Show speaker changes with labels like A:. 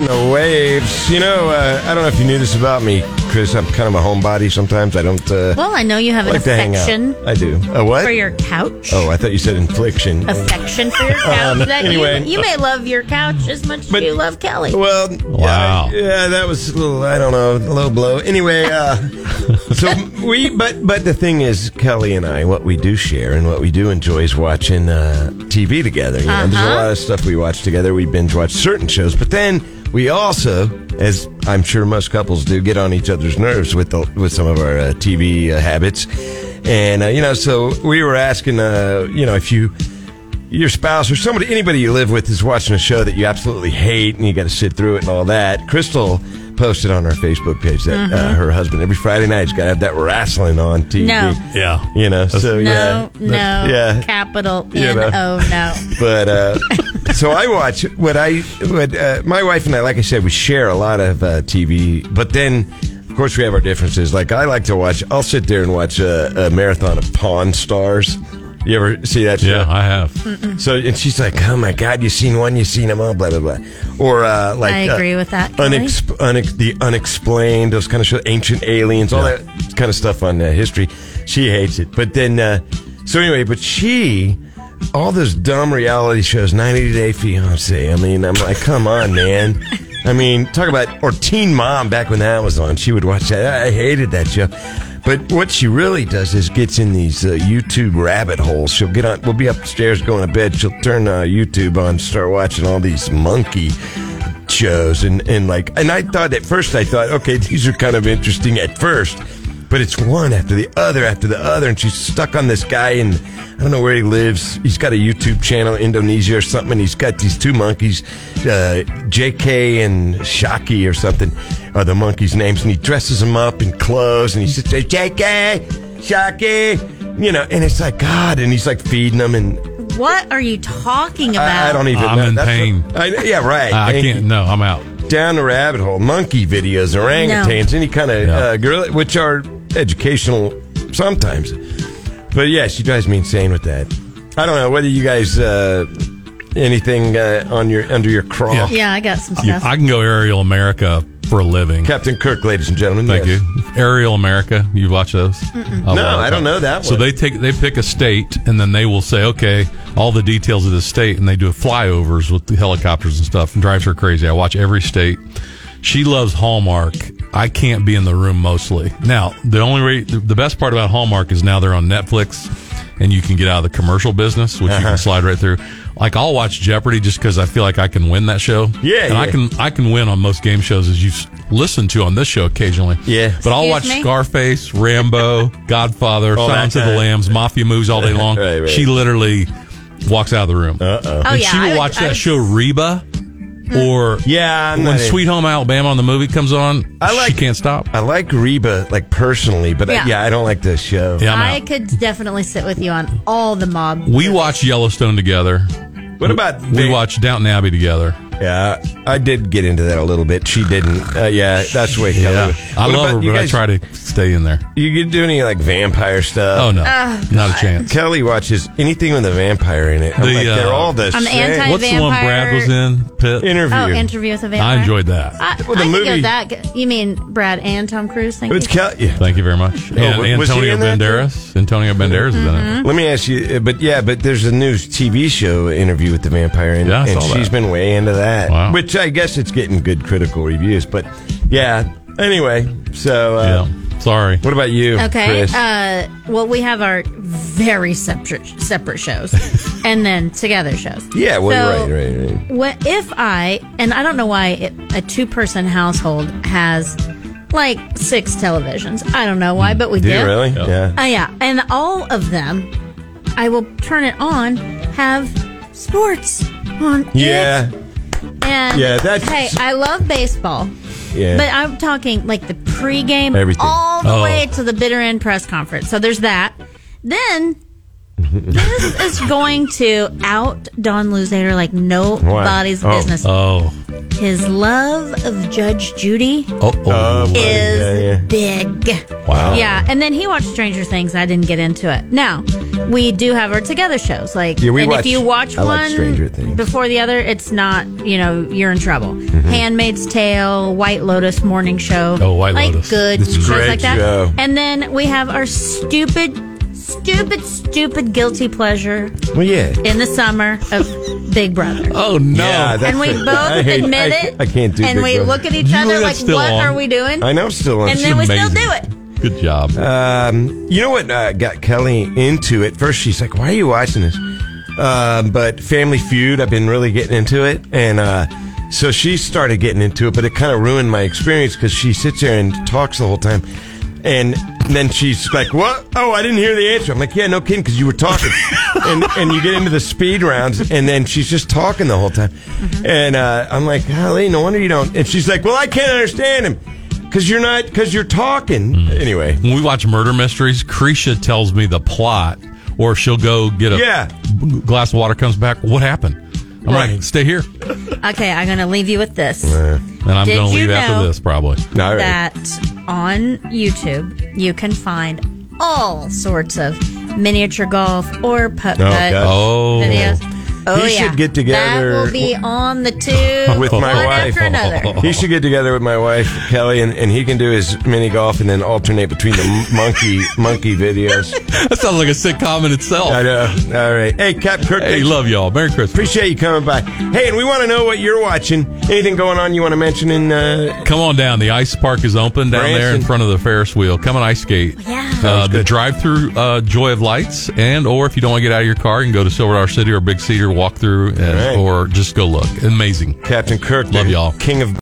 A: the waves. You know, uh, I don't know if you knew this about me, Chris. I'm kind of a homebody sometimes. I don't uh,
B: Well, I know you have an
A: like to hang
B: affection
A: out. I do. A what?
B: for your couch.
A: oh, I thought you said infliction.
B: Affection for your couch. that
A: anyway.
B: you, you may love your couch as much
A: But- Oh,
B: as you love Kelly.
A: Well,
C: Wow.
A: yeah, yeah, that was a little, I don't know, a low blow. Anyway, uh, so we, but but the thing is, Kelly and I, what we do share and what we do enjoy is watching uh, TV together. You know, there's a
B: Uh-huh.
A: lot of stuff we watch together. We binge watch certain shows, but then we also, as I'm sure most couples do, get on each other's nerves with the, with some of our uh, TV uh, habits. And uh, you know, so we were asking, uh, you know, if you your spouse or somebody, anybody you live with is watching a show that you absolutely hate and you got to sit through it and all that. Crystal posted on her Facebook page that uh, her husband every Friday night's got to have that wrestling on TV.
B: Mm-hmm. No.
C: Yeah.
A: You know, so yeah.
B: no, no,
A: Yeah.
B: capital
A: You
B: N
A: know.
B: O no.
A: But uh, so I watch what I what uh, my wife and I, like I said, we share a lot of uh, TV. But then, of course, we have our differences. Like I like to watch. I'll sit there and watch a, a marathon of Pawn Stars. You ever see that? show?
C: Yeah, I have.
A: So and she's like, "Oh my God, you seen one, you seen them all, blah blah blah," or uh, like
B: I agree with that, Kelly.
A: Unex- unex- the unexplained, those kind of shows, ancient aliens, all that kind of stuff on uh, history. She hates it, but then uh, so anyway, but she all those dumb reality shows, 90 Day Fiance. I mean, I'm like, come on, man. I mean, talk about or Teen Mom back when that was on. She would watch that. I hated that show. But what she really does is gets in these uh, YouTube rabbit holes. She'll get on. We'll be upstairs going to bed. She'll turn uh, YouTube on, start watching all these monkey shows, and and like. And I thought at first, I thought, okay, these are kind of interesting at first. But it's one after the other after the other, and she's stuck on this guy, and I don't know where he lives. He's got a YouTube channel, Indonesia or something, and he's got these two monkeys, uh, JK and Shaki or something, are the monkeys' names, and he dresses them up in clothes, and he sits there, JK, Shaki, you know, and it's like, God, and he's like feeding them, and
B: What are you talking about?
A: I, I don't even
C: I'm
A: know.
C: in
A: That's
C: pain.
A: what- I, yeah, right.
C: I
A: Thank you
C: can't. No, I'm out.
A: down the rabbit hole. Monkey videos, orangutans, any kind of
C: Yeah.
A: uh, gorilla, which are educational sometimes. But yeah, she drives me insane with that. I don't know whether you guys uh, anything uh, on your under your craw.
C: Yeah.
B: Yeah, I got some
C: You-
B: stuff.
C: I can go Aerial America for a living.
A: Captain Kirk, ladies and gentlemen.
C: Thank
A: yes.
C: you. Aerial America. You watch those? I
A: No,
C: love
A: I don't know that
C: So
A: one.
C: they take they pick a state and then they will say, okay, all the details of the state, and they do flyovers with the helicopters and stuff, and drives her crazy. I watch every state. She loves Hallmark. I can't be in the room mostly. Now, the only re- the best part about Hallmark is now they're on Netflix, and you can get out of the commercial business, which you
A: Uh-huh.
C: can slide right through. Like I'll watch Jeopardy just because I feel like I can win that show.
A: Yeah,
C: and I
A: yeah.
C: can I can win on most game shows as you s- listen to on this show occasionally.
A: Yeah.
C: but I'll watch
B: Excuse me?
C: Scarface, Rambo, Godfather,
A: All that
C: Silence of the
A: time.
C: Lambs, Mafia moves all day long.
A: Right, Uh, right.
C: She literally walks out of the room.
A: Uh-oh.
B: oh
C: and
B: yeah,
C: she will
B: I would-
C: watch
B: I
C: that
B: would- Hmm.
C: show Reba or
A: Yeah, I'm
C: when
A: not in.
C: Sweet Home Alabama on the movie comes on,
A: I like-
C: she can't stop.
A: I like Reba like personally, but yeah,
B: Yeah.
A: I, yeah, I don't like this show.
C: Yeah, I'm
B: I
C: out.
B: could definitely sit with you on all the mob.
C: We watch Yellowstone together.
A: What about
C: we
A: the-
C: watch Downton Abbey together?
A: Yeah, I did get into that a little bit. She didn't. Uh, yeah, that's way.
C: I
A: What
C: love
A: about
C: her,
A: you
C: but
A: guys-
C: I try to stay in there.
A: You do any like vampire stuff?
C: Oh no, not a chance.
A: Kelly watches anything with a vampire in it. I'm
C: The,
A: like, they're
C: uh,
A: all the
B: I'm
A: same.
B: anti-
C: What's the one Brad
B: Vampire-
C: was in? Pitt.
A: interview?
B: Oh, interview with a vampire.
C: I enjoyed that.
B: I,
A: Well, the
B: I could go
A: movie-
B: with that. You mean Brad and Tom Cruise? Thank
A: It's
B: you.
A: Kelly. Yeah.
C: Thank you very much. And
A: Oh, w- was he
C: Antonio
A: in that too?
C: Banderas. Antonio Banderas is in
B: Mm-hmm. Hmm?
C: it.
A: Let me ask you, uh, but yeah, but there's a new TV show interview with the vampire, in, it,
C: Yeah, I
A: and
C: saw
A: she's
C: that.
A: been way into that.
C: Wow.
A: Which I guess it's getting good critical reviews, but yeah. Anyway, so uh,
C: Yeah. Sorry.
A: what about you?
B: Okay.
A: Chris?
B: Uh, well, we have our very separate separate shows, and then together shows.
A: yeah, well,
B: so-
A: right, right, right.
B: What if I and I don't know why it, a two person household has like six televisions. I don't know why, but we
A: Do
B: do.
A: you really?
C: Yeah.
A: Yeah.
B: Uh, yeah, and all of them, I will turn it on. Have sports on. it.
A: Yeah.
B: And
A: Yeah, that's-
B: hey, I love baseball.
A: Yeah.
B: But I'm talking like the pregame
A: Everything.
B: all the
C: Oh.
B: way to the bitter end press conference. So there's that. Then This is going to out Don Luzader like nobody's
A: Why? Oh.
B: business.
C: Oh,
B: His love of Judge Judy
C: oh, oh.
A: Uh,
B: is
A: yeah, yeah.
B: big.
C: Wow.
B: Yeah, and then he watched Stranger Things. I didn't get into it. Now we do have our together shows. Like,
A: Yeah, we
B: and
A: watch-
B: if you watch
A: I like
B: one
A: Stranger Things. Mm-hmm.
B: before the other, it's not you know you're in trouble. Handmaid's Tale, White Lotus, Morning Show.
C: Oh, White
B: like
C: Lotus.
B: Good
A: It's a
B: shows
A: great
B: like that.
A: show.
B: And then we have our stupid, stupid, stupid guilty pleasure
A: Well, yeah.
B: in the summer of Big Brother.
C: Oh no!
A: Yeah, that-
B: and we
A: that's
B: both
A: it. I hate-
B: admit
A: I-
B: it.
A: I can't do
B: And
A: Big
B: we
A: Brother.
B: look at each
C: You know
B: other like,
C: that's still
B: what
C: on.
B: are we doing?
A: I know I'm still on.
B: And then we still
C: Amazing.
B: do it.
C: Good job.
A: Um, you know what uh, got Kelly into it? First, she's like, "Why are you watching this?" Um, but Family Feud, I've been really getting into it, and uh, so she started getting into it. But it kind of ruined my experience because she sits there and talks the whole time, and then she's like, "What? Oh, I didn't hear the answer." I'm like, "Yeah, no kidding, because you were talking." and and you get into the speed rounds, and then she's just talking the whole time, and uh, I'm like, "Golly, no wonder you don't." And she's like, "Well, I can't understand him." Cause you're not, cause you're talking. Anyway,
C: when we watch murder mysteries, Creesha tells me the plot, or she'll go get a
A: Yeah.
C: glass of water, comes back. What happened? I'm like,
A: Right.
C: stay here,
B: Okay, I'm going to leave you with this.
A: Uh,
C: and I'm
B: Did
C: going to
B: you
C: leave
B: know-
C: after this probably.
A: All right.
B: That on YouTube, you can find all sorts of miniature golf or putt putt
A: God.
C: Oh,
B: videos. Oh,
A: He should
B: yeah.
A: get together
B: That will be on the tube
A: with my
B: one
A: wife.
B: after another.
A: He should get together with my wife Kelly, and, and he can do his mini golf, and then alternate between the monkey monkey videos.
C: that sounds like a sitcom in itself.
A: I know. All right. Hey, Cap Kirk.
C: Hey,
A: thanks.
C: love y'all. Merry Christmas.
A: Appreciate you coming by. Hey, and we want to know what you're watching. Anything going on you want to mention? In uh,
C: Come on down. The ice park is open down there in
A: Branson.
C: front of the Ferris wheel. Come and ice skate.
B: Oh, Yeah.
C: Uh, the drive-through uh, Joy of Lights, and or if you don't want to get out of your car, you can go to Silver Dollar City or Big Cedar, walk through, uh,
A: All right.
C: or just go look. Amazing.
A: Captain Kirk, the
C: Love y'all.
A: King of